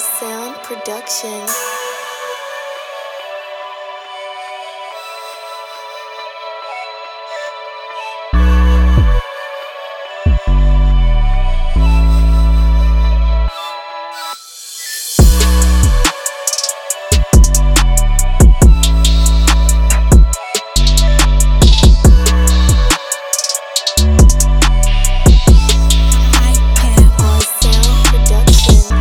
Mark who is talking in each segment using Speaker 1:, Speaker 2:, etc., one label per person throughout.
Speaker 1: Sound Production. Sound Production.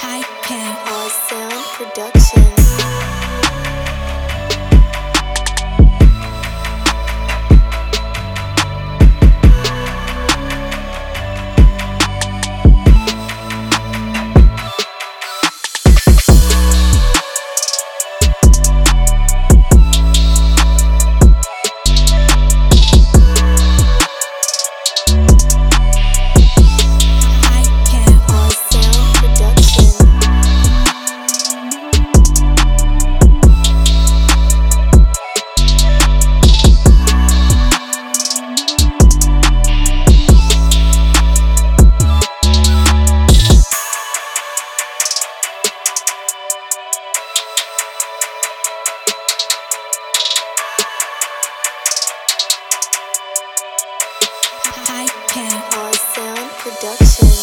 Speaker 2: Podcast.
Speaker 1: All Sound Production.
Speaker 2: Podcast.
Speaker 1: All Sound Production.
Speaker 2: Podcast.
Speaker 1: All Sound Production.